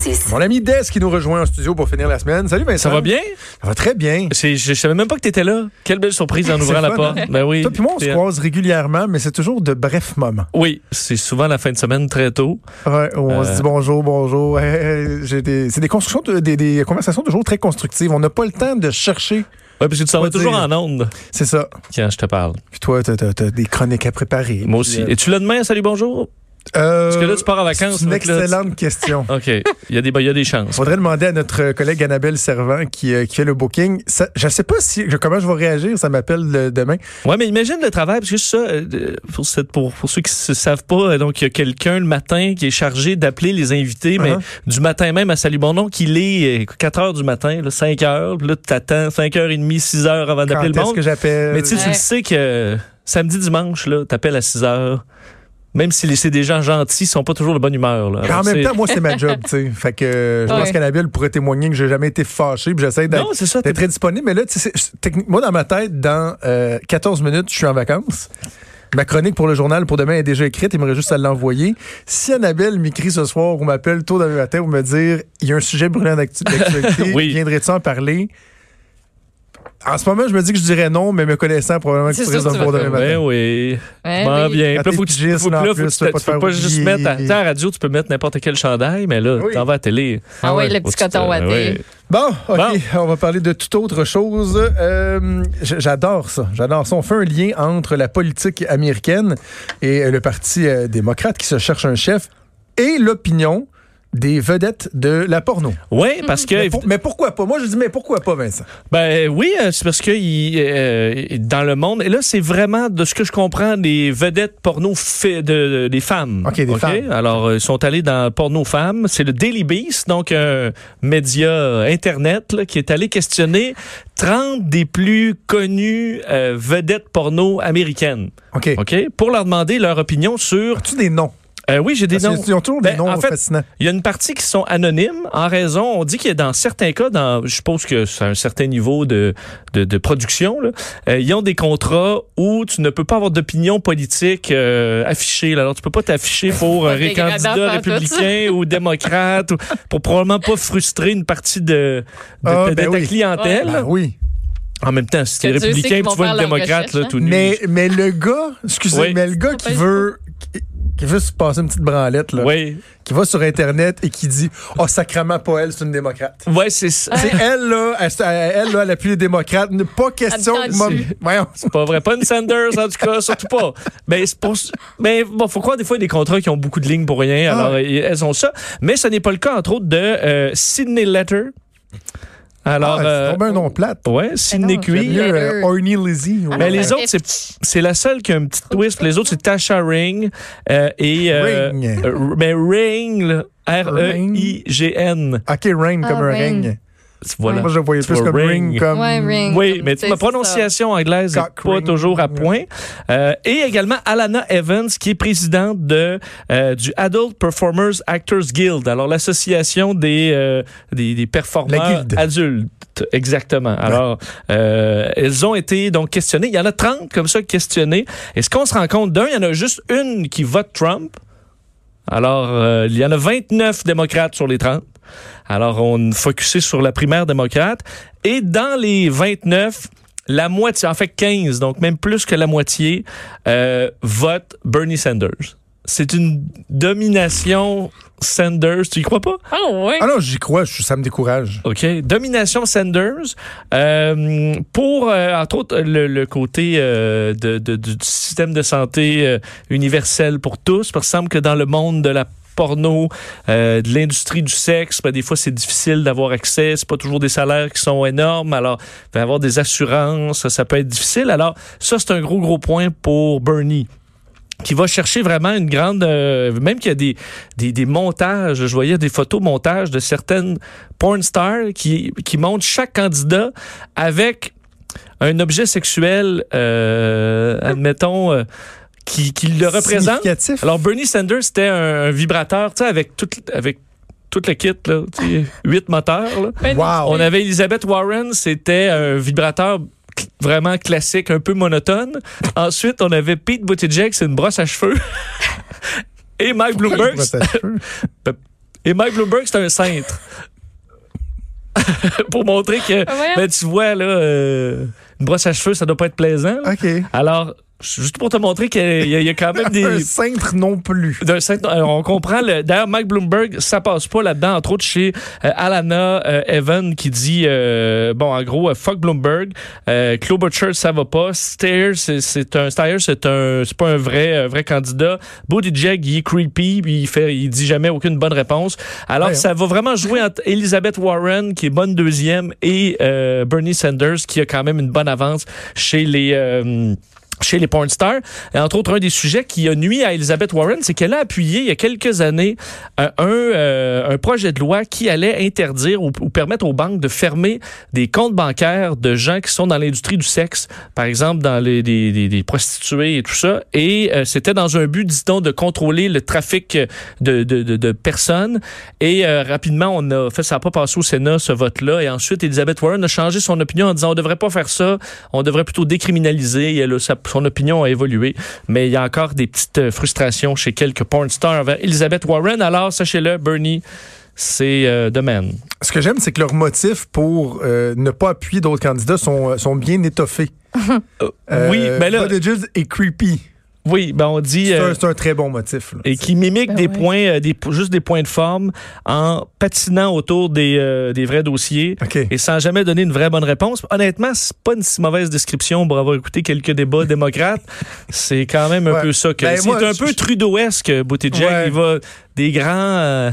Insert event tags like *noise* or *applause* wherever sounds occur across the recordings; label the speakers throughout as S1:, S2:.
S1: 6.
S2: Mon ami Des qui nous rejoint en studio pour finir la semaine. Salut Vincent.
S3: Ça va bien?
S2: Ça va très bien.
S3: C'est- Je, je savais même pas que t'étais là. Quelle belle surprise
S2: *laughs*
S3: en
S2: C'est
S3: ouvrant la
S2: fun,
S3: porte.
S2: hein?
S3: Ben oui.
S2: Toi puis moi, on se
S3: T'es-
S2: croise régulièrement, mais c'est toujours de brefs moments.
S3: Oui, c'est souvent la fin de semaine très tôt.
S2: Ouais, où on
S3: Euh.
S2: se dit bonjour, bonjour. Hey, hey, j'ai des- c'est des constructions, de- des, des conversations toujours très constructives. On n'a pas le temps de chercher.
S3: Oui, parce que tu t'en
S2: Faut
S3: vas toujours
S2: dire.
S3: en onde
S2: C'est ça.
S3: quand je te parle.
S2: Puis toi, t'as, t'as- t'as des chroniques à préparer.
S3: Moi aussi. Et tu l'as demain, salut, bonjour?
S2: Euh,
S3: Parce que là, tu pars en vacances.
S2: C'est une
S3: donc là, tu-
S2: excellente question.
S3: OK. Il y a des, ben, il y a des chances.
S2: Faudrait demander à notre collègue Annabelle Servant qui, euh, qui fait le booking. Ça- je ne sais pas si, je- comment je vais réagir, ça m'appelle euh, demain.
S3: Ouais, mais imagine le travail, parce que ça, euh, pour, cette- pour, pour ceux qui ne savent pas, euh, donc il y a quelqu'un le matin qui est chargé d'appeler les invités, mais
S2: Uh-huh.
S3: du matin même à Salut Bonon, qu'il est euh, 4 heures du matin, là, 5 heures, puis là tu attends 5 h 30 6 heures avant
S2: Quand
S3: d'appeler le
S2: est-ce
S3: monde.
S2: que j'appelle?
S3: Mais tu sais, tu
S1: Ouais.
S3: le sais que euh, samedi, dimanche, là, t'appelles à 6 heures. Même si les- c'est des gens gentils, ils sont pas toujours de bonne humeur. Là.
S2: en
S3: Alors,
S2: même
S3: c'est-
S2: temps, moi, c'est ma job, tu
S1: *laughs*
S2: sais. Fait que euh, je pense
S1: Ah, Ouais.
S2: qu'Annabelle pourrait témoigner que j'ai jamais été fâché, puis j'essaie d'être
S3: non, c'est ça.
S2: ben, T'es très disponible, mais là, tu sais, c'est- technique- moi, dans ma tête, dans euh, 14 minutes, je suis en vacances. Ma chronique pour le journal pour demain est déjà écrite, il me reste juste à l'envoyer. Si Annabelle m'écrit ce soir ou m'appelle tôt demain matin pour me dire il y a un sujet brûlant d'actu-
S1: *laughs*
S2: d'actualité,
S3: Oui.
S2: viendrais-tu en parler? En ce moment, je me dis que je dirais non, mais me connaissant, probablement que
S1: C'est
S2: tu risques
S1: sûr
S2: de
S1: que
S2: me
S1: tu
S2: voir demain
S1: vas
S3: Ben
S2: matin.
S3: oui.
S1: Ouais,
S3: Ben
S1: Eh
S2: Quand
S3: bien.
S1: oui.
S3: Puis là,
S2: t'es
S3: faut que tu-
S2: pigiste,
S3: faut que
S2: en
S3: là, faut
S2: plus,
S3: que
S2: tu peux
S3: tu
S2: pas
S3: tu
S2: te
S3: peux
S2: faire
S3: pas juste
S2: oublier.
S3: mettre à, tu sais, à la radio, tu peux mettre n'importe quelle chandail, mais là,
S2: Oui.
S3: t'en vas à la télé.
S1: Ah oui, le petit
S3: Faut que tu te-
S1: coton ouaté.
S3: ouais.
S2: Bon, OK,
S3: Bon.
S2: on va parler de toute autre chose. Euh, j- j'adore ça, j'adore ça. On fait un lien entre la politique américaine et euh, le Parti euh, démocrate qui se cherche un chef et l'opinion des vedettes de la porno.
S3: Ouais, parce que
S2: Mm. Mais, pour- mais pourquoi pas? Moi, je dis, mais pourquoi pas, Vincent?
S3: Ben oui, euh, c'est parce que il, euh, dans le monde, et là c'est vraiment de ce que je comprends des vedettes porno fa- de, de- des femmes.
S2: Ok, des
S3: Ok?
S2: femmes.
S3: Alors euh, ils sont allés dans porno femmes, c'est le Daily Beast, donc un média euh, internet là, qui est allé questionner 30 des plus connues euh, vedettes porno américaines.
S2: OK.
S3: Ok, pour leur demander leur opinion sur.
S2: As-tu des noms?
S3: Euh, oui, j'ai des
S2: Parce
S3: noms.
S2: qu'ils ont toujours des
S3: Ben,
S2: noms
S3: en fait,
S2: fascinants.
S3: Il y a une partie qui sont anonymes en raison, on dit qu'il y a dans certains cas, dans, je suppose que c'est un certain niveau de, de, de production, là, euh, ils ont des contrats où tu ne peux pas avoir d'opinion politique euh, affichée. là. Alors tu peux pas t'afficher
S1: *laughs*
S3: pour un
S1: Pas dégradant,
S3: candidat
S1: pas en tout,
S3: républicain ou démocrate, ou, pour probablement pas frustrer une partie de, de,
S2: Ah,
S3: ta, de
S2: ben
S3: ta
S2: oui.
S3: clientèle.
S2: Ben oui.
S3: En même temps, si
S1: Que
S3: t'es
S1: Dieu sait
S3: républicain
S1: qu'ils
S3: et
S1: vont
S3: tu vois
S1: faire
S3: une
S1: leur
S3: démocrate,
S1: recherche,
S3: là,
S1: hein.
S3: tout nu.
S2: Mais, mais le gars, excusez,
S3: Oui.
S2: mais le gars qui
S1: Facebook.
S2: veut, qui, qui veut se passer une petite branlette, là,
S3: Oui,
S2: qui va sur Internet et qui dit, oh, sacrement pas elle, c'est une démocrate.
S3: ouais, c'est ça.
S2: C'est
S1: Ah.
S2: elle, là, elle, elle, elle, là, elle appuie les démocrates. Ne- Pas question.
S1: Elle
S2: moi-
S1: dessus.
S2: Voyons.
S3: C'est pas vrai. Pas une Sanders, en tout cas, surtout pas. Mais c'est pour- mais bon, faut croire des fois il y a des contrats qui ont beaucoup de lignes pour rien.
S2: Ah.
S3: Alors, euh, elles ont ça. Mais ce n'est pas le cas, entre autres, de euh, Sydney Letter. Alors,
S2: Ah,
S3: euh,
S2: c'est tombé un nom plate.
S3: ouais, Sydney
S1: non,
S2: J'aime
S3: Cui.
S2: mieux
S1: Letter.
S2: euh, Orny Lizzie. ou-
S3: Mais les
S1: Ouais.
S3: autres, c'est, c'est la seule qui a un petit twist. Les autres, c'est Tasha Ring euh, et. euh,
S2: Ring.
S3: euh, mais Ring, là, E R-E-I-G-N.
S2: OK, ring
S1: Ah,
S2: comme un
S1: ring.
S2: ring.
S3: Voilà.
S2: Moi, je le voyais
S3: Tu
S2: plus
S3: vois,
S2: comme ring,
S3: ring.
S2: comme.
S1: Ouais, ring.
S3: Oui,
S1: Comme,
S3: mais
S1: tu sais,
S3: ma
S1: c'est ça.
S3: prononciation anglaise n'est
S2: Cock
S3: pas
S2: ring.
S3: toujours à point. Euh, et également Alana Evans, qui est présidente de euh, du Adult Performers Actors Guild, alors l'association des, euh, des des
S2: La
S3: performeurs
S2: guilde.
S3: adultes. Exactement. Alors, euh, elles ont été donc questionnées. Il y en a 30 comme ça questionnées. Et ce qu'on se rend compte d'un, il y en a juste une qui vote Trump. Alors, euh, il y en a 29 démocrates sur les 30. Alors, on focusé sur la primaire démocrate. Et dans les 29, la moitié, en fait 15, donc même plus que la moitié, euh, vote Bernie Sanders. C'est une domination Sanders. Tu y crois pas?
S1: Ah oui.
S2: Ah non, j'y crois, je- ça me décourage.
S3: OK. Domination Sanders. Euh, pour, euh, entre autres, le, le côté euh, de, de- du système de santé euh, universel pour tous. Parce qu'il semble que dans le monde de la porno, euh, de l'industrie du sexe, ben, des fois c'est difficile d'avoir accès, c'est pas toujours des salaires qui sont énormes, alors ben, avoir des assurances, ça peut être difficile. Alors ça c'est un gros gros point pour Bernie qui va chercher vraiment une grande... euh, même qu'il y a des, des, des montages, je voyais des photos montages de certaines porn stars qui, qui montrent chaque candidat avec un objet sexuel, euh, admettons, euh, qui, qui le représente.
S2: Significatif.
S3: Alors Bernie Sanders, c'était un, un vibrateur, tu sais, avec tout, avec tout le kit, là, tu sais, huit moteurs. là.
S1: Ben,
S2: Wow.
S3: On avait Elizabeth Warren, c'était un vibrateur cl- vraiment classique, un peu monotone. Ensuite, on avait Pete *laughs* Buttigieg, c'est une brosse à cheveux. Et Mike Bloomberg,
S2: Protège-feu.
S3: Et Mike Bloomberg, c'est un cintre. *laughs* pour montrer que,
S1: Ah, voyons.
S3: ben, tu vois, là, euh, une brosse à cheveux, ça doit pas être plaisant. là.
S2: OK.
S3: Alors, juste pour te montrer qu'il y a- il y, a- il y a quand même
S2: Ah. *laughs* Un
S3: des...
S2: cintre non plus.
S3: d'un certain- alors, on comprend. le- D'ailleurs, Mike Bloomberg, ça passe pas là-dedans, entre autres chez euh, Alana euh, Evan qui dit, euh, bon, en gros, euh, fuck Bloomberg, euh, Klobuchar, ça va pas, Steyer, c'est- c'est un, Steyer, c'est un, c'est pas un vrai, un vrai candidat. Buttigieg, il est creepy, puis il fait, il dit jamais aucune bonne réponse. Alors,
S2: Ouais,
S3: ça va vraiment jouer entre Elizabeth Warren, qui est bonne deuxième, et euh, Bernie Sanders, qui a quand même une bonne avance chez les... euh, chez les porn stars. Et entre autres, un des sujets qui a nuit à Elizabeth Warren, c'est qu'elle a appuyé il y a quelques années euh, un, euh, un projet de loi qui allait interdire ou, ou permettre aux banques de fermer des comptes bancaires de gens qui sont dans l'industrie du sexe, par exemple dans les, des- des- des prostituées et tout ça. Et euh, c'était dans un but, dit-on, de contrôler le trafic de, de- de- de personnes. Et euh, rapidement, on a fait ça n'a pas passé au Sénat, ce vote-là. Et ensuite, Elizabeth Warren a changé son opinion en disant on devrait pas faire ça, on devrait plutôt décriminaliser. Et elle a- sa- son opinion a évolué. Mais il y a encore des petites euh, frustrations chez quelques porn stars envers Elizabeth Warren. Alors, sachez-le, Bernie, c'est euh, de même.
S2: Ce que j'aime, c'est que leurs motifs pour euh, ne pas appuyer d'autres candidats sont, euh, sont bien étoffés. Euh,
S3: oui, ben là-
S2: Buttigieg est creepy.
S3: Oui, ben on dit.
S2: C'est
S3: euh,
S2: un, c'est un très bon motif. là.
S3: et qui mimique
S1: Ben
S3: des
S1: ouais.
S3: points, euh, des, juste des points de forme en patinant autour des, euh, des vrais dossiers.
S2: OK.
S3: et sans jamais donner une vraie bonne réponse. Honnêtement, c'est pas une si mauvaise description pour avoir écouté
S2: *laughs*
S3: quelques débats démocrates. C'est quand même un
S2: Ouais.
S3: peu ça que
S2: Ben,
S3: c'est
S2: moi,
S3: un
S2: je-
S3: peu Trudeauesque Buttigieg,
S2: Ouais.
S3: il va des grands euh,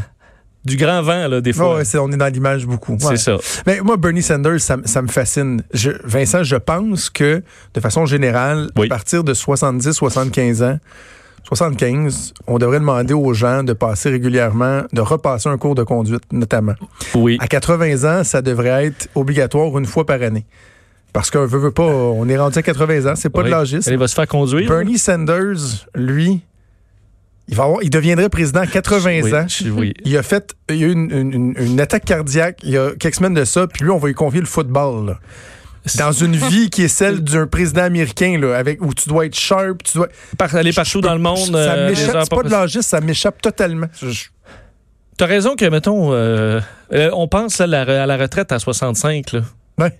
S3: du grand vent là des
S2: Ouais,
S3: fois.
S2: ouais, c'est- on est dans l'image beaucoup.
S3: c'est
S2: Ouais.
S3: ça.
S2: Mais moi, Bernie Sanders, ça, m- ça me fascine. Je- Vincent, je pense que, de façon générale,
S3: Oui.
S2: à partir de 70, 75 ans, 75, on devrait demander aux gens de passer régulièrement, de repasser un cours de conduite, notamment.
S3: Oui.
S2: À 80 ans, ça devrait être obligatoire une fois par année. Parce qu'on veut, veut pas, on est rendu à 80 ans, c'est pas
S3: Oui.
S2: de l'âgisme.
S3: Elle va se faire conduire.
S2: Bernie Sanders, lui, il, va avoir- il deviendrait président à 80
S3: Oui,
S2: ans.
S3: je- oui.
S2: Il a fait, il y a eu une, une- une- une attaque cardiaque il y a quelques semaines de ça, puis lui, on va lui confier le football. là. Dans
S3: *laughs*
S2: une vie qui est celle d'un président américain, là, avec, où tu dois être sharp, tu dois.
S3: Par- aller partout dans le monde.
S2: ça
S3: euh, les
S2: m'échappe,
S3: heures
S2: c'est pas de l'âgisme, ça m'échappe totalement. Je- je-
S3: T'as raison que mettons, euh, euh, on pense là, la- à la retraite à 65 là.
S2: Ouais.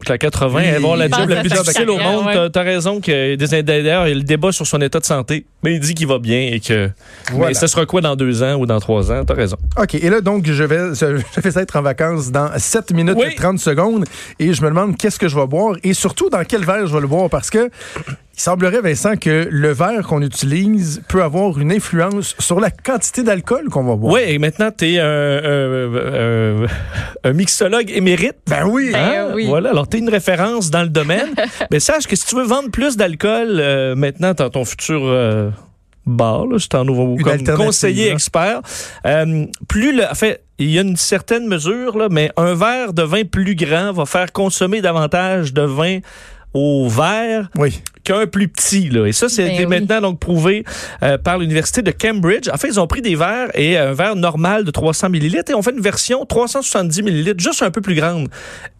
S3: Puis à 80,
S2: Oui,
S3: elle va avoir la
S2: il
S3: job
S2: pense
S3: la
S2: à
S3: plus
S2: sa
S3: difficile au
S1: carrière,
S3: monde.
S1: ouais.
S3: T'as- T'as raison que des- d'ailleurs, il y a le débat sur son état de santé, mais il dit qu'il va bien et que
S2: voilà.
S3: Mais ce sera quoi dans deux ans ou dans trois ans? T'as raison.
S2: OK. Et là, donc, je vais, je je vais être en vacances dans 7 minutes
S3: Oui.
S2: et 30 secondes et je me demande qu'est-ce que je vais boire et surtout dans quel verre je vais le boire parce que il semblerait, Vincent, que le verre qu'on utilise peut avoir une influence sur la quantité d'alcool qu'on va boire.
S3: Oui, et maintenant, t'es un, un- un- un mixologue émérite.
S2: Ben oui.
S1: Ben, euh, oui.
S3: Hein? Voilà, alors t'es une référence dans le
S1: *laughs*
S3: domaine. Mais sache que si tu veux vendre plus d'alcool euh, maintenant dans ton futur euh, bar, là, je t'en ouvre
S2: Une
S3: comme
S2: alternative,
S3: conseiller
S2: hein.
S3: expert, euh, plus le... En fait, il y a une certaine mesure, là, mais un verre de vin plus grand va faire consommer davantage de vin au verre
S2: Oui.
S3: qu'un plus petit. Là. Et ça, c'est
S1: Ben oui.
S3: maintenant donc prouvé euh, par l'Université de Cambridge. En fait, ils ont pris des verres et euh, un verre normal de 300 millilitres et ont fait une version 370 millilitres, juste un peu plus grande.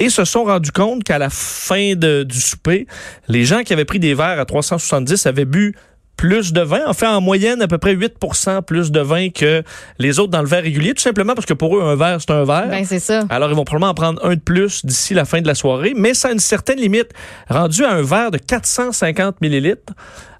S3: Et se sont rendus compte qu'à la fin de- du souper, les gens qui avaient pris des verres à 370 avaient bu plus de vin, en fait en moyenne à peu près 8 plus de vin que les autres dans le verre régulier, tout simplement parce que pour eux, un verre, c'est un verre.
S1: Ben, c'est ça.
S3: Alors, ils vont probablement en prendre un de plus d'ici la fin de la soirée, mais ça a une certaine limite. Rendu à un verre de 450 millilitres,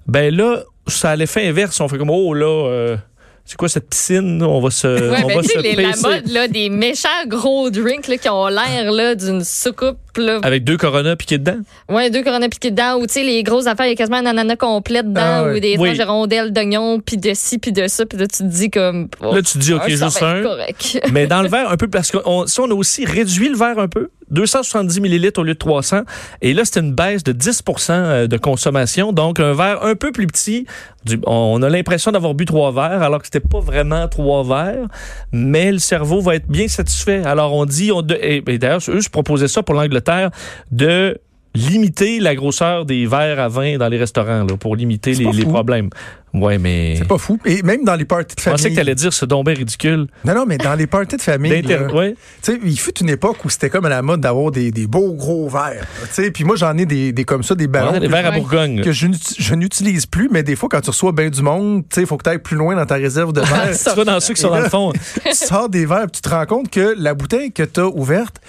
S3: ben là, ça a l'effet inverse. On fait comme, oh là, euh, c'est quoi cette piscine? On va se,
S1: Ouais,
S3: Euh, on
S1: ben,
S3: va
S1: tu
S3: se
S1: sais, les- la
S3: pincer.
S1: mode, là, des méchants gros drinks, là, qui ont l'air, là, d'une soucoupe, là.
S3: Avec deux coronas piqués dedans.
S1: Ouais, deux coronas piqués dedans, ou, tu sais, les grosses affaires, il y a quasiment un ananas complet dedans,
S2: Ah, ouais.
S1: ou des
S3: Oui.
S1: tranches de rondelles d'oignons, puis de ci, puis de ça, puis là, tu te dis comme. oh,
S3: Là, tu te dis, OK,
S1: ça va
S3: juste
S1: être
S3: un.
S1: *laughs* correct.
S3: Mais dans le verre, un peu, parce que on- si on a aussi réduit le verre un peu, 270 millilitres au lieu de 300, et là, c'était une baisse de 10 euh, de consommation. Donc, un verre un peu plus petit, du- on on a l'impression d'avoir bu trois verres, alors que c'était pas vraiment trois verres, mais le cerveau va être bien satisfait. Alors, on dit, on de- et, et d'ailleurs, eux se proposaient ça pour l'Angleterre, de limiter la grosseur des verres à vin dans les restaurants là, pour limiter
S2: C'est
S3: les,
S2: pas
S3: les
S2: fou.
S3: problèmes. Ouais, mais
S2: C'est pas fou. Et même dans les parties de
S3: je pensais
S2: famille.
S3: que t'allais dire ce dombé ridicule.
S2: Non, non, mais dans les parties de famille.
S3: D'inter-
S2: là,
S3: ouais.
S2: Tu sais, il fut une époque où c'était comme à la mode d'avoir des, des beaux gros verres. là, tu sais. Puis moi, j'en ai des, des comme ça, des ballons
S3: Ouais, les
S2: que,
S3: verres à
S1: Ouais.
S3: Bourgogne.
S2: que je, n'uti- je n'utilise plus. Mais des fois, quand tu reçois bien du monde, il faut que tu ailles plus loin dans ta réserve de
S1: Ah,
S3: *laughs*
S2: verres.
S3: Tu vas dans ceux qui sont dans le fond.
S2: tu sors des verres, puis tu te rends compte que la bouteille que tu as ouverte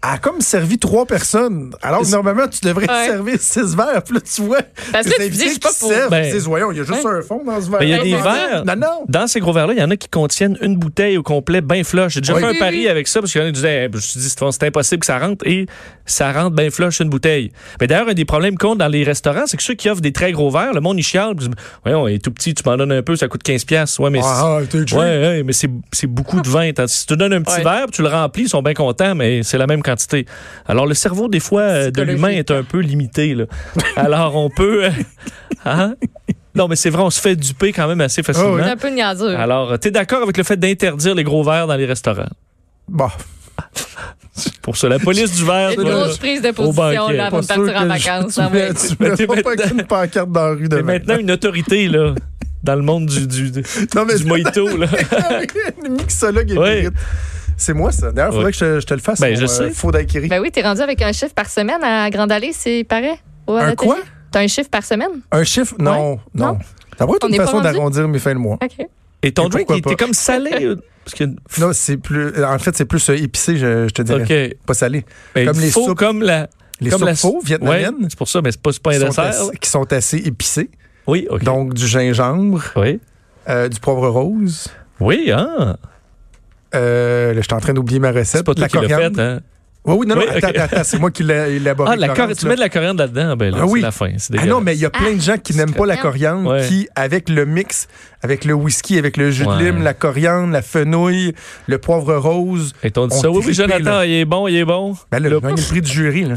S2: a comme servi trois personnes. Alors que normalement, tu devrais
S1: Ouais.
S2: servir six verres. Puis là, tu vois,
S1: Parce que
S2: les
S1: là, tu dis,
S2: invités
S1: je suis pas
S2: qui
S1: pour.
S2: servent,
S3: Ben.
S2: ils disent, voyons, il y a juste
S1: Ouais.
S2: un fond dans ce verre.
S3: Mais Ben, il y a des
S1: Non,
S3: verres.
S2: Ben, Non, non.
S3: Dans ces gros verres-là, il y en a qui contiennent une bouteille au complet, bien flush. J'ai déjà
S2: Oui.
S3: fait un
S1: Oui,
S3: pari
S1: oui.
S3: avec ça parce qu'il y en a qui disaient, eh, je me suis dit, c'est impossible que ça rentre et ça rentre bien flush une bouteille. Mais d'ailleurs, un des problèmes qu'on a dans les restaurants, c'est que ceux qui offrent des très gros verres, le monde, il chiale. Ils disent, Voyons, il est tout petit, tu m'en donnes un peu, ça coûte 15$. Ouais, mais c'est-
S2: Ah, ah, t'es
S3: Ouais, ouais, mais c'est c'est beaucoup de vin. Tandis que Si tu donnes un petit
S1: Ouais.
S3: verre, puis tu le remplis, ils sont bien contents, mais c'est la même quantité. Alors, le cerveau, des fois, euh, de l'humain est un peu limité. là. Alors, on peut... euh, *laughs* hein? Non, mais c'est vrai, on se fait duper quand même assez facilement.
S2: Oh,
S1: C'est un peu niaiseux.
S3: Alors, euh, t'es d'accord avec le fait d'interdire les gros verres dans les restaurants?
S2: Bon,
S3: Pour ça, la police du verre...
S1: Une
S3: toi, là,
S1: grosse prise de position
S3: banquet.
S1: là,
S2: pas
S1: avant de
S2: sûr
S1: partir en
S2: que
S1: vacances.
S2: je- *laughs* tu
S1: ça va
S2: mets-
S1: être-
S2: tu mets
S3: Mais
S2: pas
S3: maintenant-
S2: une pancarte dans la rue
S3: t'es
S2: demain.
S3: maintenant une autorité, là, dans le monde du, du, du,
S2: Non, mais
S3: du
S2: *laughs*
S3: mojito, là.
S2: le mixologue est
S3: Oui.
S2: viril. C'est moi, ça. D'ailleurs, il faudrait
S3: Oui.
S2: que je, je te le fasse.
S3: Ben,
S2: mon, euh,
S3: je sais.
S2: faux daiquiri.
S1: Ben oui, t'es rendu avec un chiffre par semaine à Grande Allée, c'est pareil? Ou à
S2: Un
S1: la télé?
S2: quoi?
S1: T'as un chiffre par semaine?
S2: Un chiffre? Non,
S1: Ouais.
S2: non.
S1: Non.
S2: Ça pourrait être
S1: On
S2: une
S1: n'est pas
S2: façon
S1: rendu?
S2: d'arrondir mes fins de
S1: *laughs*
S2: mois.
S1: OK.
S3: Et ton
S2: Et
S3: drink,
S2: pourquoi
S3: il était
S2: pas?
S3: comme salé. euh, Parce que...
S2: Non, c'est plus. En fait, c'est plus euh, épicé, je, je te dirais.
S3: OK.
S2: Pas salé.
S3: Mais
S2: Comme les
S3: faux,
S2: soupes-
S3: comme la...
S2: Les
S3: comme
S2: soupes
S3: la
S2: faux vietnamiennes
S3: Ouais, c'est pour ça, mais c'est pas, c'est pas
S2: qui,
S3: un
S2: sont
S3: dessert.
S2: assez, qui sont assez épicées.
S3: Oui, OK.
S2: Donc, du gingembre,
S3: Oui.
S2: euh, du poivre rose.
S3: Oui, hein?
S2: Euh, là, je suis en train d'oublier ma recette.
S3: C'est pas toi
S2: la
S3: qui l'as
S2: coriandre.
S3: fait, hein?
S2: Oui, oui, non, non,
S3: Oui,
S2: attends,
S3: ok.
S2: attends, attends, c'est moi qui l'ai élaboré.
S3: Ah, la cor-
S2: Florence,
S3: tu
S2: là.
S3: mets de la coriandre là-dedans? Ben là,
S2: Ah oui.
S3: c'est la fin. C'est
S2: Ah non, mais il y a plein de gens qui n'aiment pas la coriandre,
S3: Ouais.
S2: qui, avec le mix, avec le whisky, avec le jus
S3: Ouais.
S2: de lime, la coriandre, la fenouil, le poivre rose,
S3: Et on dit
S2: ont
S3: ça, oui, oui,
S2: trippé,
S3: Jonathan,
S2: là.
S3: il est bon, il est bon.
S2: ben là,
S3: Le-
S2: il a gagné le prix du jury,
S3: *laughs*
S2: là.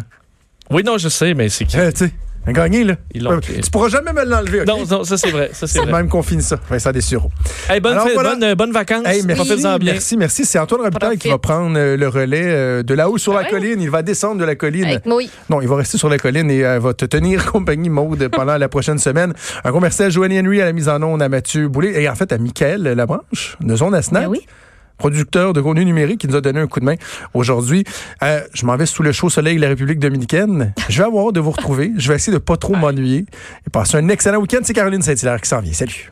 S3: Oui, non, je sais, mais c'est...
S2: Euh, tu sais, il a gagné, là.
S3: Ils l'ont-
S2: tu pourras jamais me l'enlever, OK?
S3: Non, non, ça c'est vrai, ça
S2: *laughs*
S3: c'est
S2: C'est
S3: vrai.
S2: de même qu'on finit ça. Vincent Dessureau.
S3: Hey, bonne,
S2: Alors,
S3: fête,
S2: voilà.
S3: bonne, euh, bonne vacances.
S2: Hey, merci,
S3: Profitez-en bien.
S2: merci, merci. C'est Antoine Robitaille qui
S1: Profite. Ah
S2: va prendre euh, le relais euh, de là-haut sur la
S1: ouais?
S2: colline. Il va descendre de la colline.
S1: Avec Moï.
S2: Non, il va rester sur la colline et euh, va te tenir *laughs* compagnie, Maude, pendant la prochaine semaine. Un gros merci à Joanne Henry, à la mise en onde, à Mathieu Boulay et en fait à Michael Labranche de Zone à Snack,
S1: Ben oui.
S2: producteur de contenu numérique qui nous a donné un coup de main aujourd'hui. Euh, je m'en vais sous le chaud soleil de la République dominicaine. Je vais avoir hâte de vous retrouver. Je vais essayer de pas trop m'ennuyer et passer un excellent week-end. C'est Caroline Saint-Hilaire qui s'en vient. Salut.